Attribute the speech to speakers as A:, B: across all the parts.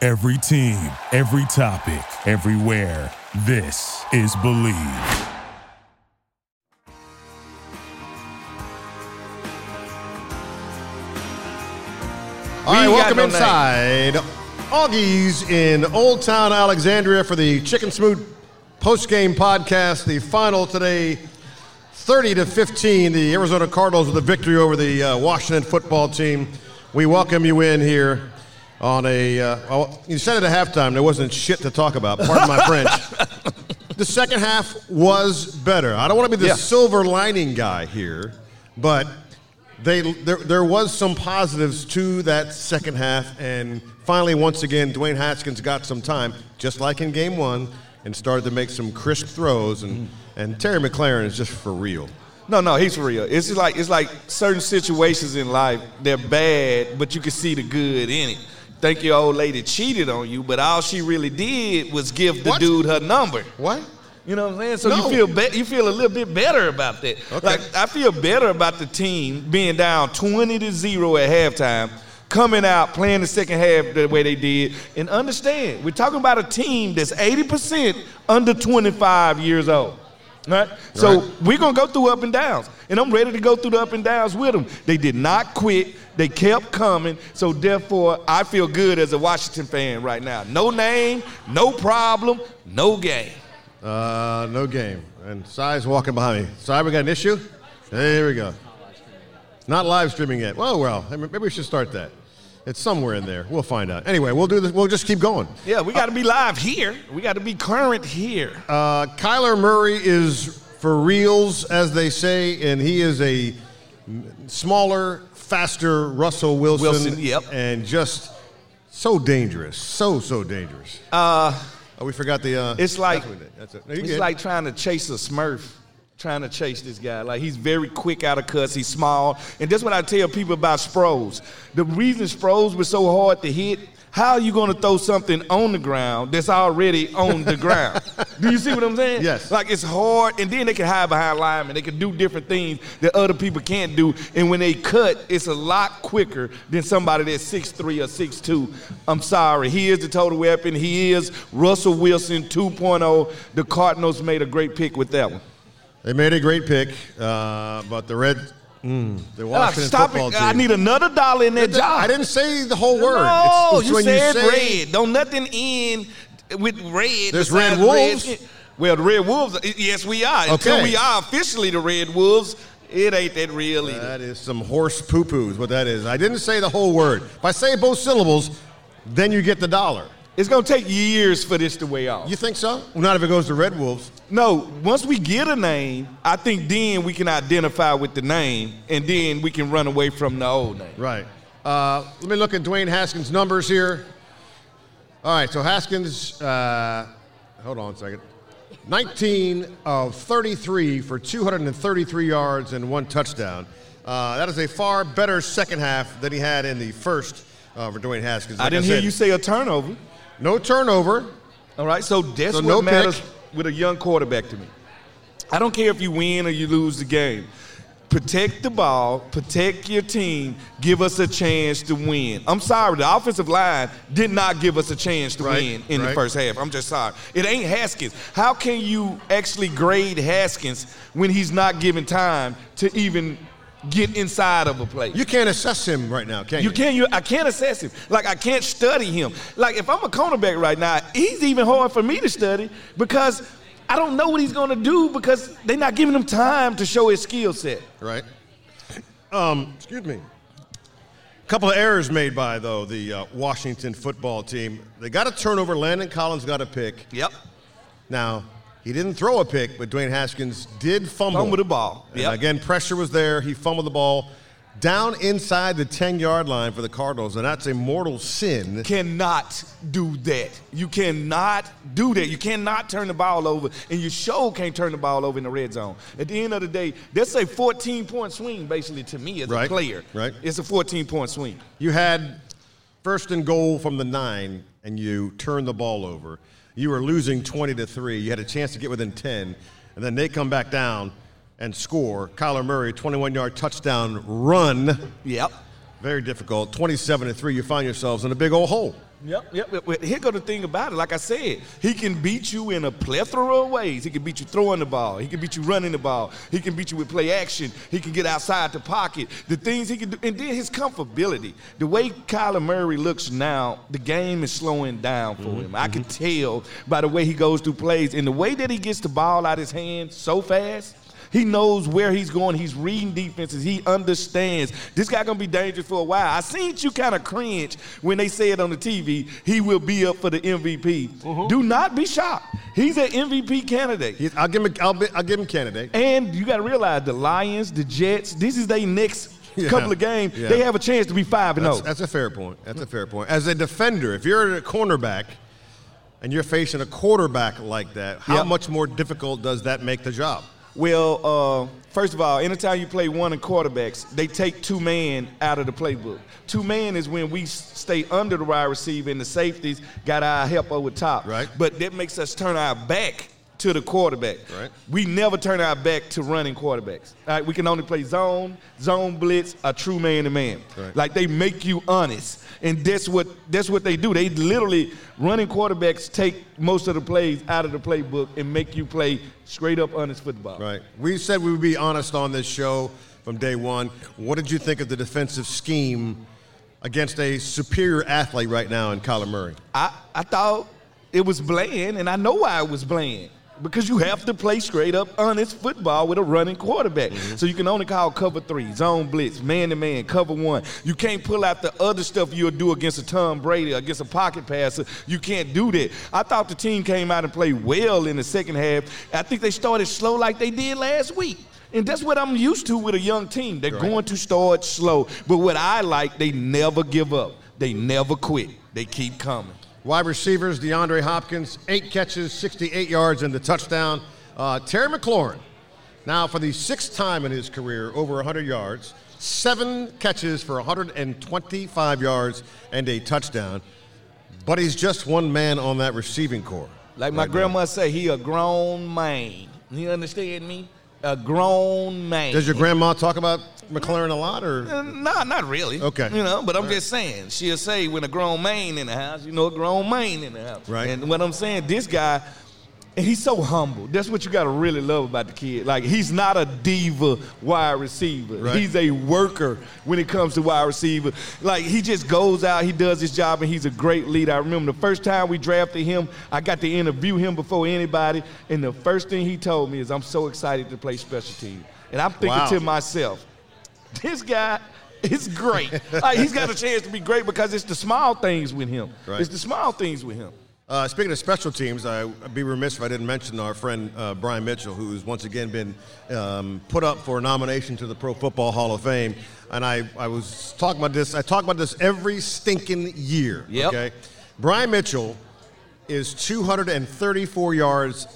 A: Every team, every topic, everywhere. This is Believe.
B: All right,
C: We got
B: welcome
C: no
B: inside Augie's in Old Town Alexandria for the Chicken Smoot postgame podcast. The final today, 30 to 15, the Arizona Cardinals with a victory over the uh, Washington football team. We welcome you in here on a. Uh, well, you said it at halftime there wasn't shit to talk about. Pardon my French. The second half was better. I don't want to be the
C: Yeah.
B: silver lining guy here, but they there, there was some positives to that second half, and finally, once again, Dwayne Haskins got some time, just like in game one, and started to make some crisp throws. And, and Terry McLaren is just for real.
C: No, no, he's for real. It's just like it's like certain situations in life they're bad, but you can see the good in it. Think your old lady cheated on you, but all she really did was give the
B: What?
C: dude her number.
B: What?
C: You know what I'm saying? So
B: No.
C: you feel be- you feel a little bit better about that.
B: Okay.
C: Like I feel better about the team being down 20 to 0 at halftime, coming out playing the second half the way they did. And understand, we're talking about a team that's 80% under 25 years old. Right? So
B: Right.
C: we're gonna go through up and downs, and I'm ready to go through the up and downs with them. They did not quit; they kept coming. So therefore, I feel good as a Washington fan right now. No name, no problem, no game.
B: Uh, no game. And Sai's walking behind me. Sai, we got an issue? There we go. Not live streaming yet. Well, well, I mean, maybe we should start that. It's somewhere in there. We'll find out. Anyway, we'll do this. We'll just keep going.
C: Yeah, we got to be live here. We got to be current here.
B: Uh, Kyler Murray is for reals, as they say, and he is a smaller, faster Russell Wilson.
C: Wilson, yep.
B: And just so dangerous. So, so dangerous.
C: Uh,
B: oh, we forgot the. Uh,
C: it's like
B: that's what we did. That's it. No, you're
C: it's
B: good.
C: like trying to chase a Smurf, trying to chase this guy. Like he's very quick out of cuts. He's small, and that's what I tell people about Sproles. The reason Sproles was so hard to hit. How are you going to throw something on the ground that's already on the ground? Do you see what I'm saying?
B: Yes.
C: Like it's hard, and then they can hide behind linemen. They can do different things that other people can't do. And when they cut, it's a lot quicker than somebody that's 6'3 or 6'2. I'm sorry. He is the total weapon. He is Russell Wilson 2.0. The Cardinals made a great pick with that one.
B: They made a great pick, uh, but the Red, mm, the
C: Ah,
B: Washington
C: Stop
B: football
C: it.
B: team.
C: I need another dollar in that job.
B: I didn't say the whole word.
C: No,
B: It's- it's
C: you
B: when
C: said
B: say-
C: red. Don't nothing end with red.
B: There's red
C: besides
B: wolves?
C: skin. Well, the red wolves. Yes, we are. Until
B: Okay.
C: we are officially the red wolves, it ain't that real either.
B: That is some horse poo poo is what that is. I didn't say the whole word. If I say both syllables, then you get the dollar.
C: It's gonna take years for this to weigh off.
B: You think so? Well, not if it goes to Red Wolves.
C: No, once we get a name, I think then we can identify with the name, and then we can run away from the old name.
B: Right. Uh, let me look at Dwayne Haskins' numbers here. All right, so Haskins, uh, hold on a second. 19 of 33 for 233 yards and one touchdown. Uh, that is a far better second half than he had in the first uh, for Dwayne Haskins.
C: I
B: Like
C: didn't hear
B: said,
C: you say a turnover.
B: No turnover.
C: All right, so that's
B: So
C: what
B: no pick.
C: matters with a young quarterback to me. I don't care if you win or you lose the game. Protect the ball, protect your team, give us a chance to win. I'm sorry, the offensive line did not give us a chance to
B: Right,
C: win in the
B: right.
C: first half. I'm just sorry. It ain't Haskins. How can you actually grade Haskins when he's not given time to even get inside of a play?
B: You can't assess him right now, can you?
C: You can't. You, I can't assess him. Like I can't study him. Like if I'm a cornerback right now, he's even hard for me to study because I don't know what he's going to do because they're not giving him time to show his skill set.
B: Right. Um, excuse me. Couple of errors made by though the uh, Washington football team. They got a turnover. Landon Collins got a pick.
C: Yep.
B: Now he didn't throw a pick, but Dwayne Haskins did fumble.
C: Fumble the ball.
B: And
C: Yep.
B: again, pressure was there. He fumbled the ball down inside the ten-yard line for the Cardinals, and that's a mortal sin.
C: Cannot do that. You cannot do that. You cannot turn the ball over, and you sure can't turn the ball over in the red zone. At the end of the day, that's a 14 point swing basically to me as
B: Right,
C: a player.
B: right.
C: It's a 14 point swing.
B: You had first and goal from the nine, and you turned the ball over. You were losing 20 to 3. You had a chance to get within 10, and then they come back down and score. Kyler Murray, 21 yard touchdown run.
C: Yep.
B: Very difficult. 27 to 3. You find yourselves in a big old hole.
C: Yep, yep, yep. Well, Here go the thing about it. Like I said, he can beat you in a plethora of ways. He can beat you throwing the ball. He can beat you running the ball. He can beat you with play action. He can get outside the pocket. The things he can do, and then his comfortability. The way Kyler Murray looks now, the game is slowing down for him. I can tell by the way he goes through plays and the way that he gets the ball out of his hand so fast. He knows where he's going. He's reading defenses. He understands. This guy gonna be dangerous for a while. I seen you kind of cringe when they said on the TV he will be up for the MVP.
B: Mm-hmm.
C: Do not be shocked. He's an MVP candidate.
B: He's, I'll give him. I'll, be, I'll give him candidate.
C: And you got to realize the Lions, the Jets. This is their next
B: Yeah.
C: couple of games.
B: Yeah.
C: They have a chance to be five and oh.
B: That's,
C: zero.
B: that's a fair point. That's a fair point. As a defender, if you're a cornerback and you're facing a quarterback like that, how
C: Yep.
B: much more difficult does that make the job?
C: Well, uh, first of all, anytime you play one in quarterbacks, they take two man out of the playbook. Two man is when we s- stay under the wide receiver and the safeties got our help over top.
B: Right.
C: But that makes us turn our back to the quarterback.
B: Right.
C: We never turn our back to running quarterbacks. All right, we can only play zone, zone blitz, a true man to man.
B: Right.
C: Like they make you honest, and that's what that's what they do. They literally running quarterbacks take most of the plays out of the playbook and make you play straight up honest football.
B: Right. We said we would be honest on this show from day one. What did you think of the defensive scheme against a superior athlete right now in Kyler Murray?
C: I, I thought it was bland, and I know why it was bland. Because you have to play straight up honest football with a running quarterback. So you can only call cover three, zone blitz, man to man, cover one. You can't pull out the other stuff you'll do against a Tom Brady, against a pocket passer. You can't do that. I thought the team came out and played well in the second half. I think they started slow like they did last week. And that's what I'm used to with a young team. They're going to start slow. But what I like, they never give up, they never quit, they keep coming.
B: Wide receivers DeAndre Hopkins, eight catches, 68 yards, and the touchdown. Uh, Terry McLaurin, now for the sixth time in his career, over 100 yards, seven catches for 125 yards and a touchdown. But he's just one man on that receiving core.
C: Like my grandma say, he a grown man. You understand me? A grown man.
B: Does your grandma talk about McLaurin a lot, or
C: Uh, No, not really.
B: Okay.
C: You know, but I'm just saying, she'll say when a grown man in the house, you know, a grown man in the house.
B: Right.
C: And what I'm saying, this guy, and he's so humble. That's what you got to really love about the kid. Like, he's not a diva wide receiver.
B: Right.
C: He's a worker when it comes to wide receiver. Like, he just goes out, he does his job, and he's a great leader. I remember the first time we drafted him, I got to interview him before anybody, and the first thing he told me is, I'm so excited to play special teams. And I'm thinking
B: Wow.
C: to myself, this guy is great. like he's got a chance to be great because it's the small things with him.
B: Right.
C: It's the small things with him.
B: Uh, speaking of special teams, I, would be remiss if I didn't mention our friend uh, Brian Mitchell, who's once again been um, put up for nomination to the Pro Football Hall of Fame. And I, I was talking about this. I talk about this every stinking year.
C: Yep.
B: Okay. Brian Mitchell is 234 yards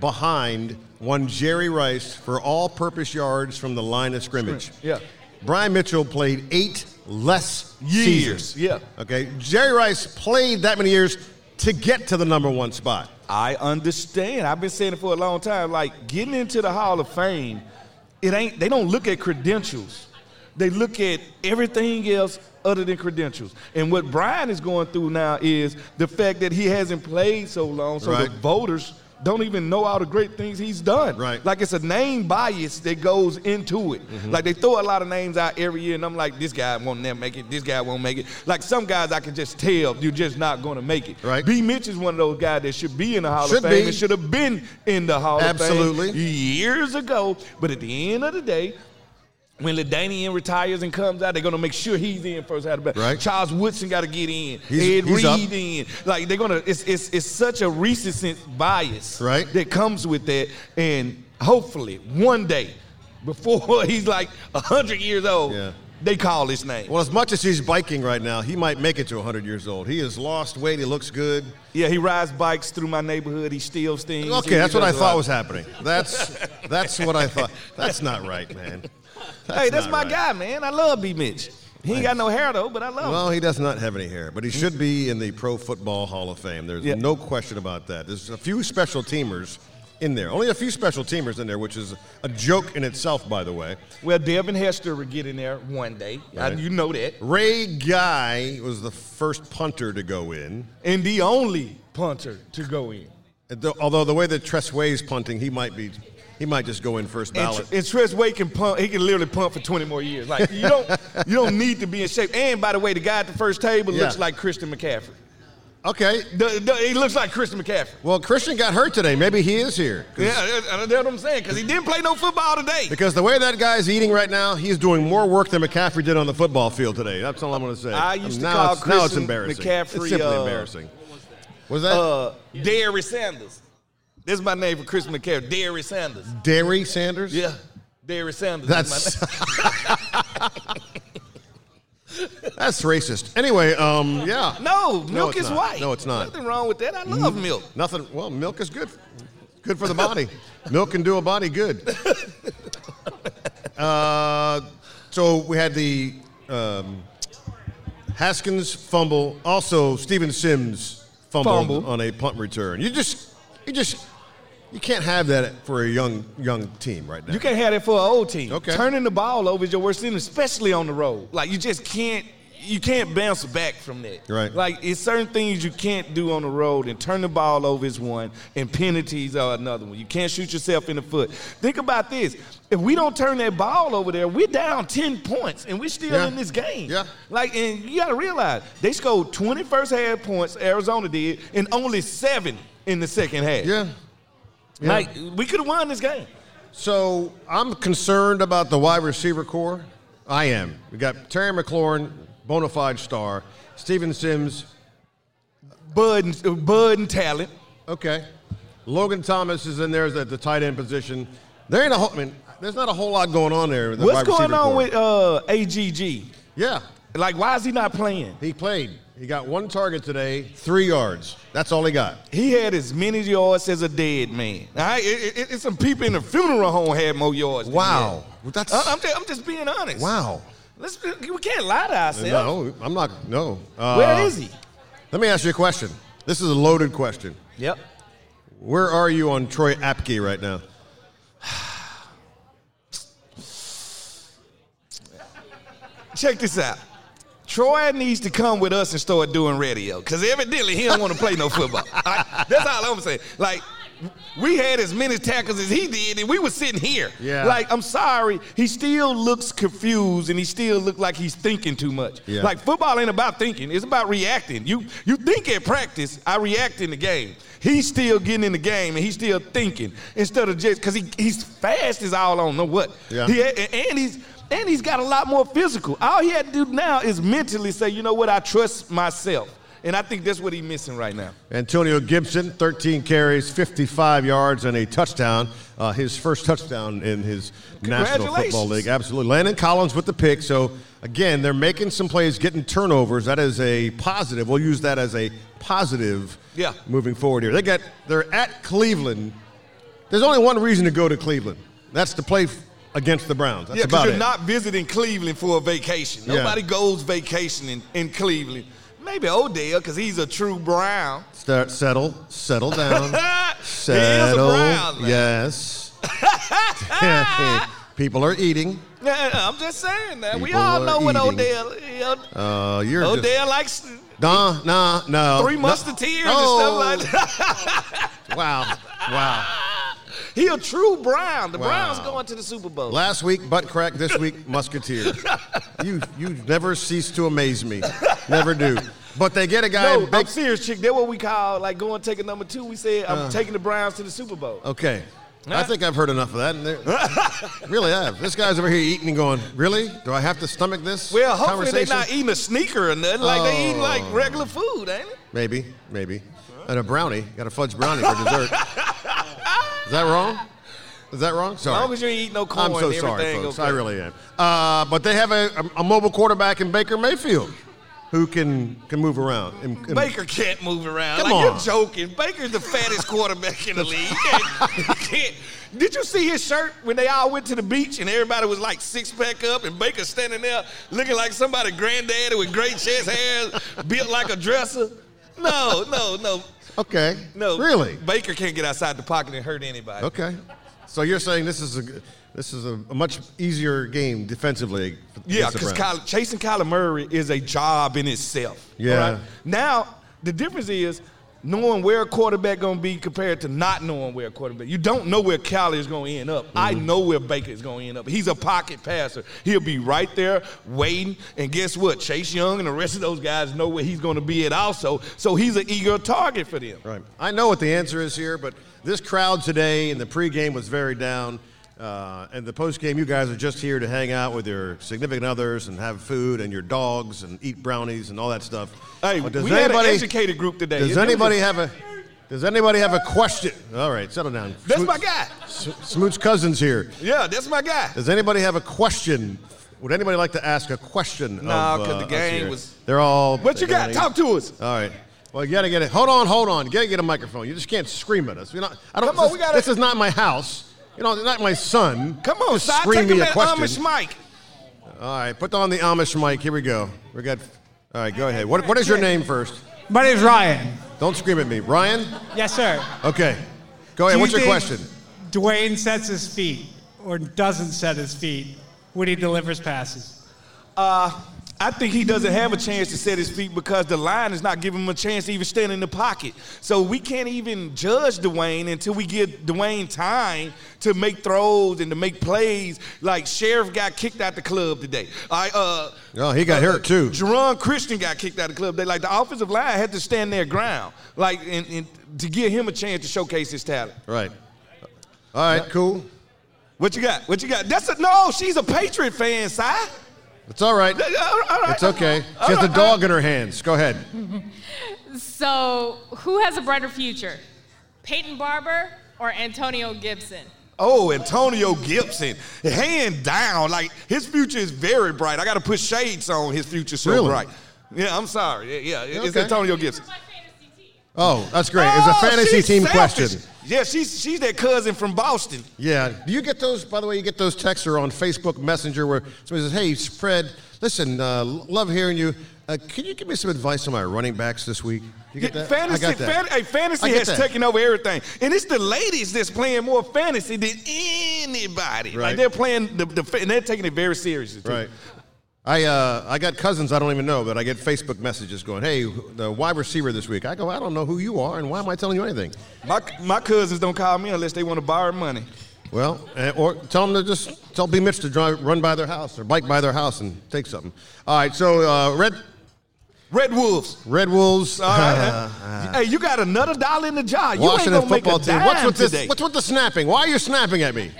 B: behind one Jerry Rice for all-purpose yards from the line of scrimmage.
C: Yeah.
B: Brian Mitchell played eight less
C: Years,
B: seasons.
C: yeah.
B: Okay. Jerry Rice played that many years to get to the number one spot.
C: I understand. I've been saying it for a long time. Like getting into the Hall of Fame, it ain't they don't look at credentials. They look at everything else other than credentials. And what Brian is going through now is the fact that he hasn't played so long, so
B: Right.
C: the voters don't even know all the great things he's done.
B: Right.
C: Like it's a name bias that goes into it.
B: Mm-hmm.
C: Like they throw a lot of names out every year, and I'm like, this guy won't never make it. This guy won't make it. Like some guys, I can just tell you're just not going to make it.
B: Right.
C: B. Mitch is one of those guys that should be in the Hall
B: Should
C: of Fame
B: be.
C: and should have been in the Hall
B: Absolutely.
C: of Fame years ago. But at the end of the day, when Ladanian retires and comes out, they're gonna make sure he's in first out of the bat.
B: Right.
C: Charles Woodson got to get in.
B: He's-
C: Ed
B: he's up.
C: Reed in. Like they're gonna. It's it's it's such a recent bias
B: Right.
C: that comes with that. And hopefully one day, before he's like hundred years old,
B: Yeah.
C: they call his name.
B: Well, as much as he's biking right now, he might make it to 100 years old. He has lost weight. He looks good.
C: yeah, he rides bikes through my neighborhood. He steals things.
B: Okay,
C: He
B: that's what I
C: does a lot.
B: thought was happening. That's that's what I thought. That's not right, man.
C: hey, that's
B: not
C: my
B: right.
C: guy, man. I love B. Mitch. He ain't got no hair though, but I love him.
B: Well, he does not have any hair, but he should be in the Pro Football Hall of Fame. There's
C: Yeah.
B: no question about that. There's a few special teamers in there. Only a few special teamers in there, which is a joke in itself, by the way.
C: Well, Devin Hester would get in there one day. I-
B: Right.
C: you know that.
B: Ray Guy was the first punter to go in.
C: And the only punter to go in.
B: Though- Although the way that Tressway's punting, he might be, he might just go in first
C: And,
B: ballot.
C: Tr- and Tress Way can pump. He can literally pump for 20 more years. Like you don't, you don't need to be in shape. And by the way, the guy at the first table
B: Yeah.
C: looks like Christian McCaffrey.
B: okay.
C: The- the- he looks like Christian McCaffrey.
B: Well, Christian got hurt today. Maybe he is here.
C: Yeah, that's, that's what I'm saying. Because he didn't play no football today.
B: Because the way that guy's eating right now, he's doing more work than McCaffrey did on the football field today. That's all I'm going to say.
C: I used to
B: now
C: call
B: it's, now it's
C: Christian
B: embarrassing.
C: McCaffrey,
B: it's simply
C: uh,
B: embarrassing. Was that
C: Uh, Derry Sanders. That's my name for Christian McCaffrey. Derry Sanders.
B: Derry Sanders?
C: Yeah, Derry Sanders. is my
B: That's that's racist. Anyway, um, yeah.
C: name. no Mm. milk
B: No, it's
C: is
B: not.
C: white.
B: No, it's not.
C: Nothing wrong with that. I love milk.
B: Nothing. Well, milk is good. Good for the body. milk can do a body good. Uh, so we had the um, Haskins fumble. Also, Steven Sims fumbled
C: Fumble.
B: on a punt return. You just, you just, you can't have that for a young young team right now.
C: You can't have that for an old team.
B: Okay.
C: Turning the ball over is your worst sin, especially on the road. Like you just can't you can't bounce back from that.
B: Right.
C: Like it's certain things you can't do on the road and turn the ball over is one and penalties are another one. You can't shoot yourself in the foot. Think about this. If we don't turn that ball over there, we're down 10 points and we're still
B: Yeah.
C: in this game.
B: Yeah.
C: Like and you gotta realize they scored 20 first half points, Arizona did, and only seven in the second half.
B: yeah. yeah.
C: Like we could have won this game.
B: So I'm concerned about the wide receiver core. I am. We got Terry McLaurin, bona fide star. Steven Sims,
C: Bud and, Bud and talent.
B: okay. Logan Thomas is in there at the tight end position. There ain't a whole. I mean, there's not a whole lot going on there. with the
C: What's
B: wide receiver
C: going on
B: core.
C: with uh, AGG?
B: Yeah,
C: Like, why is he not playing?
B: he played. He got one target today, three yards. That's all he got.
C: He had as many yards as a dead man. All right, it, it- it's some people in the funeral home had more yards. than
B: Wow.
C: him.
B: Well, that's-
C: I- I'm, just, I'm just being honest.
B: Wow.
C: Let's be- we can't lie to ourselves.
B: No, I'm not. No. Uh,
C: Where is he?
B: Let me ask you a question. This is a loaded question.
C: Yep.
B: Where are you on Troy Apke right now?
C: Check this out. Troy needs to come with us and start doing radio because evidently he don't want to play no football. All right, That's all I'm saying. Like, we had as many tackles as he did, and we were sitting here.
B: Yeah.
C: Like, I'm sorry, he still looks confused, and he still looks like he's thinking too much.
B: Yeah.
C: Like, football ain't about thinking; it's about reacting. You you think at practice, I react in the game. He's still getting in the game, and he's still thinking instead of just because he, he's fast is all on know what.
B: Yeah.
C: He had- and he's and he's got a lot more physical. All he had to do now is mentally say, you know what, I trust myself. And I think that's what he's missing right now.
B: Antonio Gibson, 13 carries, 55 yards, and a touchdown. Uh, his first touchdown in his National Football
C: Congratulations.
B: League. Absolutely. Landon Collins with the pick. So, again, they're making some plays, getting turnovers. That is a positive. We'll use that as a positive
C: Yeah.
B: moving forward here. They got, they're at Cleveland. There's only one reason to go to Cleveland that's to play f- against the Browns. That's
C: yeah,
B: about
C: because you're
B: it.
C: not visiting Cleveland for a vacation.
B: Yeah.
C: Nobody goes vacationing in Cleveland. Maybe Odell, because he's a true Brown.
B: Start, settle, settle down.
C: He
B: Settle.
C: is a Brown. man.
B: Yes. People are eating.
C: Yeah, I'm just saying that. we
B: People
C: all
B: are
C: know what
B: eating.
C: Odell. you know,
B: Uh, you're just,
C: Odell likes
B: nah, nah, no.
C: Oh, three
B: no.
C: musketeers
B: Oh,
C: and stuff like that.
B: Wow, wow.
C: He a true Brown. The
B: Wow.
C: Browns going to the Super Bowl.
B: Last week butt crack. This week musketeer. You you never cease to amaze me. Never do. But they get a guy.
C: No,
B: in
C: I'm
B: big,
C: serious, chick. That's what we call like going taking number two. We said
B: Uh.
C: I'm taking the Browns to the Super Bowl.
B: okay. I think I've heard enough of that. And they're- really have. This guy's over here eating and going, really? Do I have to stomach this?
C: Well, hopefully they're
B: conversation?"
C: not eating a sneaker or nothing. Like they eating
B: Oh.
C: like regular food, ain't it?
B: Maybe, maybe. And a brownie. Got a fudge brownie for dessert. Is that wrong? Is that wrong?
C: As
B: Sorry.
C: long as you ain't eating no corn,
B: I'm so
C: everything
B: sorry, folks. I
C: okay.
B: really am. Uh, but they have a, a, a mobile quarterback in Baker Mayfield who can can move around. And, and-
C: Baker can't move around.
B: Come
C: like
B: on.
C: you're joking. Baker's the fattest quarterback in the league. You can't- you can't- Did you see his shirt when they all went to the beach and everybody was like six pack up and Baker standing there looking like somebody granddaddy with great chest hair built like a dresser? No, no, no.
B: Okay.
C: No,
B: Really?
C: Baker can't get outside the pocket and hurt anybody.
B: Okay. So you're saying this is a this is a, a much easier game defensively.
C: Yeah,
B: against the
C: because
B: Browns.
C: Kyler, chasing Kyler Murray is a job in itself.
B: Yeah.
C: Now the difference is knowing where a quarterback gonna be compared to not knowing where a quarterback. You don't know where Kyler is gonna end up. I
B: Mm-hmm.
C: know where Baker is gonna end up. He's a pocket passer. He'll be right there waiting. And guess what? Chase Young and the rest of those guys know where he's gonna be at also. So he's an eager target for them.
B: Right. I know what the answer is here, but this crowd today in the pregame was very down. Uh, and the postgame, you guys are just here to hang out with your significant others and have food and your dogs and eat brownies and all that stuff.
C: Hey,
B: But
C: we had an educated group today.
B: Does
C: It- it was
B: anybody
C: a-
B: have a Does anybody have a question? All right, settle down.
C: That's
B: Smoot-
C: my guy.
B: S- Smoot's cousins here.
C: Yeah, that's my guy.
B: Does anybody have a question? Would anybody like to ask a question?
C: Nah,
B: of,
C: 'cause
B: uh,
C: the
B: us
C: game
B: here?
C: was-
B: They're all.
C: What you got? Talk to us.
B: All right. Well, you gotta get it. Hold on, hold on. You gotta get a microphone. You just can't scream at us. You're not, I don't.
C: Come on,
B: this,
C: we gotta-
B: this is not my house. You know, not my son.
C: Come on,
B: just
C: Si,
B: scream
C: take him um,
B: me a
C: at Amish
B: question.
C: Mike.
B: all right, put on the Amish mic. Here we go. We got. All right, go ahead. What, what is your name first?
D: My name's Ryan.
B: Don't scream at me, Ryan.
D: Yes, sir.
B: Okay, go ahead.
D: Do
B: What's
D: you
B: your
D: think
B: question?
D: Dwayne sets his feet or doesn't set his feet when he delivers passes.
C: Uh, I think he doesn't have a chance to set his feet because the line is not giving him a chance to even stand in the pocket. So we can't even judge Dwayne until we give Dwayne time to make throws and to make plays. Like Sheriff got kicked out the club today. I uh,
B: Oh, he got hurt too.
C: Jerron Christian got kicked out of the club. They like the offensive line had to stand their ground, like and, and to give him a chance to showcase his talent.
B: Right. All right, cool.
C: What you got? What you got? That's a no. She's a Patriot fan, Si.
B: It's all right.
C: All right, all right.
B: It's okay.
C: All
B: She has a
C: right, all right.
B: dog in her hands. Go ahead.
E: So, who has a brighter future? Peyton Barber or Antonio Gibson?
C: Oh, Antonio Gibson, hand down. Like his future is very bright. I got to put shades on his future so
B: Really?
C: bright. Yeah, I'm sorry. Yeah, yeah it's
B: Okay.
C: Antonio Gibson.
B: Oh, that's great. It's a
C: Oh,
B: fantasy
C: she's
B: team
C: selfish.
B: question.
C: Yeah, she's she's that cousin from Boston.
B: Yeah. Do you get those? By the way, you get those texts or on Facebook Messenger where somebody says, "Hey, Fred, listen, uh, l- love hearing you. Uh, can you give me some advice on my running backs this week?" You get that?
C: Fantasy,
B: I got that.
C: fan- hey,
B: I
C: fantasy
B: get
C: has
B: that.
C: taken over everything, and it's the ladies that's playing more fantasy than anybody.
B: Right.
C: Like they're playing the, the fa- and they're taking it very seriously. Too.
B: Right. I, uh, I got cousins I don't even know, but I get Facebook messages going, hey, the wide receiver this week. I go, I don't know who you are, and why am I telling you anything?
C: My my cousins don't call me unless they want to borrow money.
B: Well, eh, or tell them to just tell B. Mitch to drive, run by their house or bike by their house and take something. All right, so uh, Red,
C: Red Wolves.
B: Red Wolves,
C: All right. hey, you got another dollar in the jar. you
B: Uh-huh. Washington
C: ain't gonna
B: football
C: make a
B: team.
C: dime
B: What's with
C: today.
B: this? What's with the snapping? Why are you snapping at me?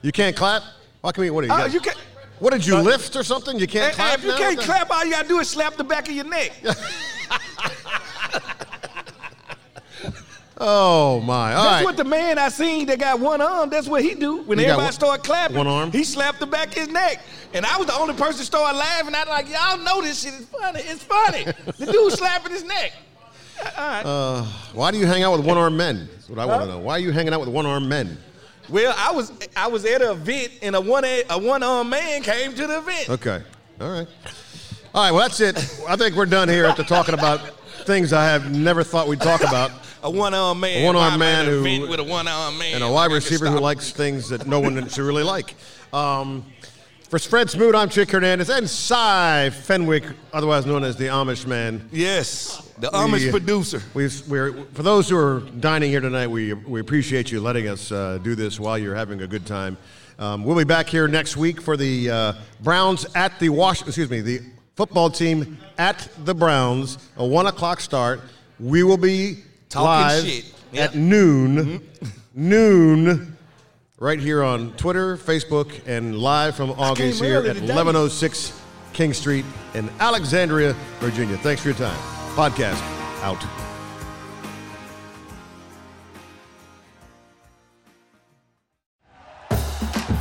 B: You can't clap? Why can we? What are you?
C: Oh,
B: got-
C: you can't-
B: What did you lift or something? You can't
C: Hey, hey,
B: clap.
C: if you
B: now?
C: can't
B: What the-
C: clap, all you gotta do is slap the back of your neck.
B: Oh my! All
C: that's
B: right.
C: what the man I seen that got one arm. That's what he do when
B: He got
C: everybody
B: one-
C: start clapping.
B: one arm?
C: He slapped the back of his neck, and I was the only person started laughing. I like y'all know this shit is funny. It's funny. the dude slapping his neck.
B: Why do you hang out with one-armed men? That's what I want to know. Why are you hanging out with one-armed men?
C: Well, I was I was at an event, and a one a one armed man came to the event.
B: Okay. All right. All right. Well, that's it. I think we're done here after talking about things I have never thought we'd talk about,
C: A one armed man.
B: A one-armed
C: Why am I
B: man
C: at an
B: who-
C: event with a one armed man
B: and a wide
C: Like, I can
B: receiver who
C: stop.
B: likes things that no one should really like. Um, for Fred Smoot, I'm Chick Hernandez, and Cy Fenwick, otherwise known as the Amish Man.
C: Yes, the
B: We-
C: Amish producer.
B: We've, we're, for those who are dining here tonight, we, we appreciate you letting us uh, do this while you're having a good time. Um, we'll be back here next week for the uh, Browns at the Wash. Excuse me, the football team at the Browns. A one o'clock start. We will be
C: Talking
B: live
C: shit.
B: at
C: Yeah. Mm-hmm.
B: noon. Noon. Right here on Twitter, Facebook, and live from Augie's
C: came
B: here
C: early
B: at
C: today.
B: 1106 King Street in Alexandria, Virginia. Thanks for your time. Podcast out.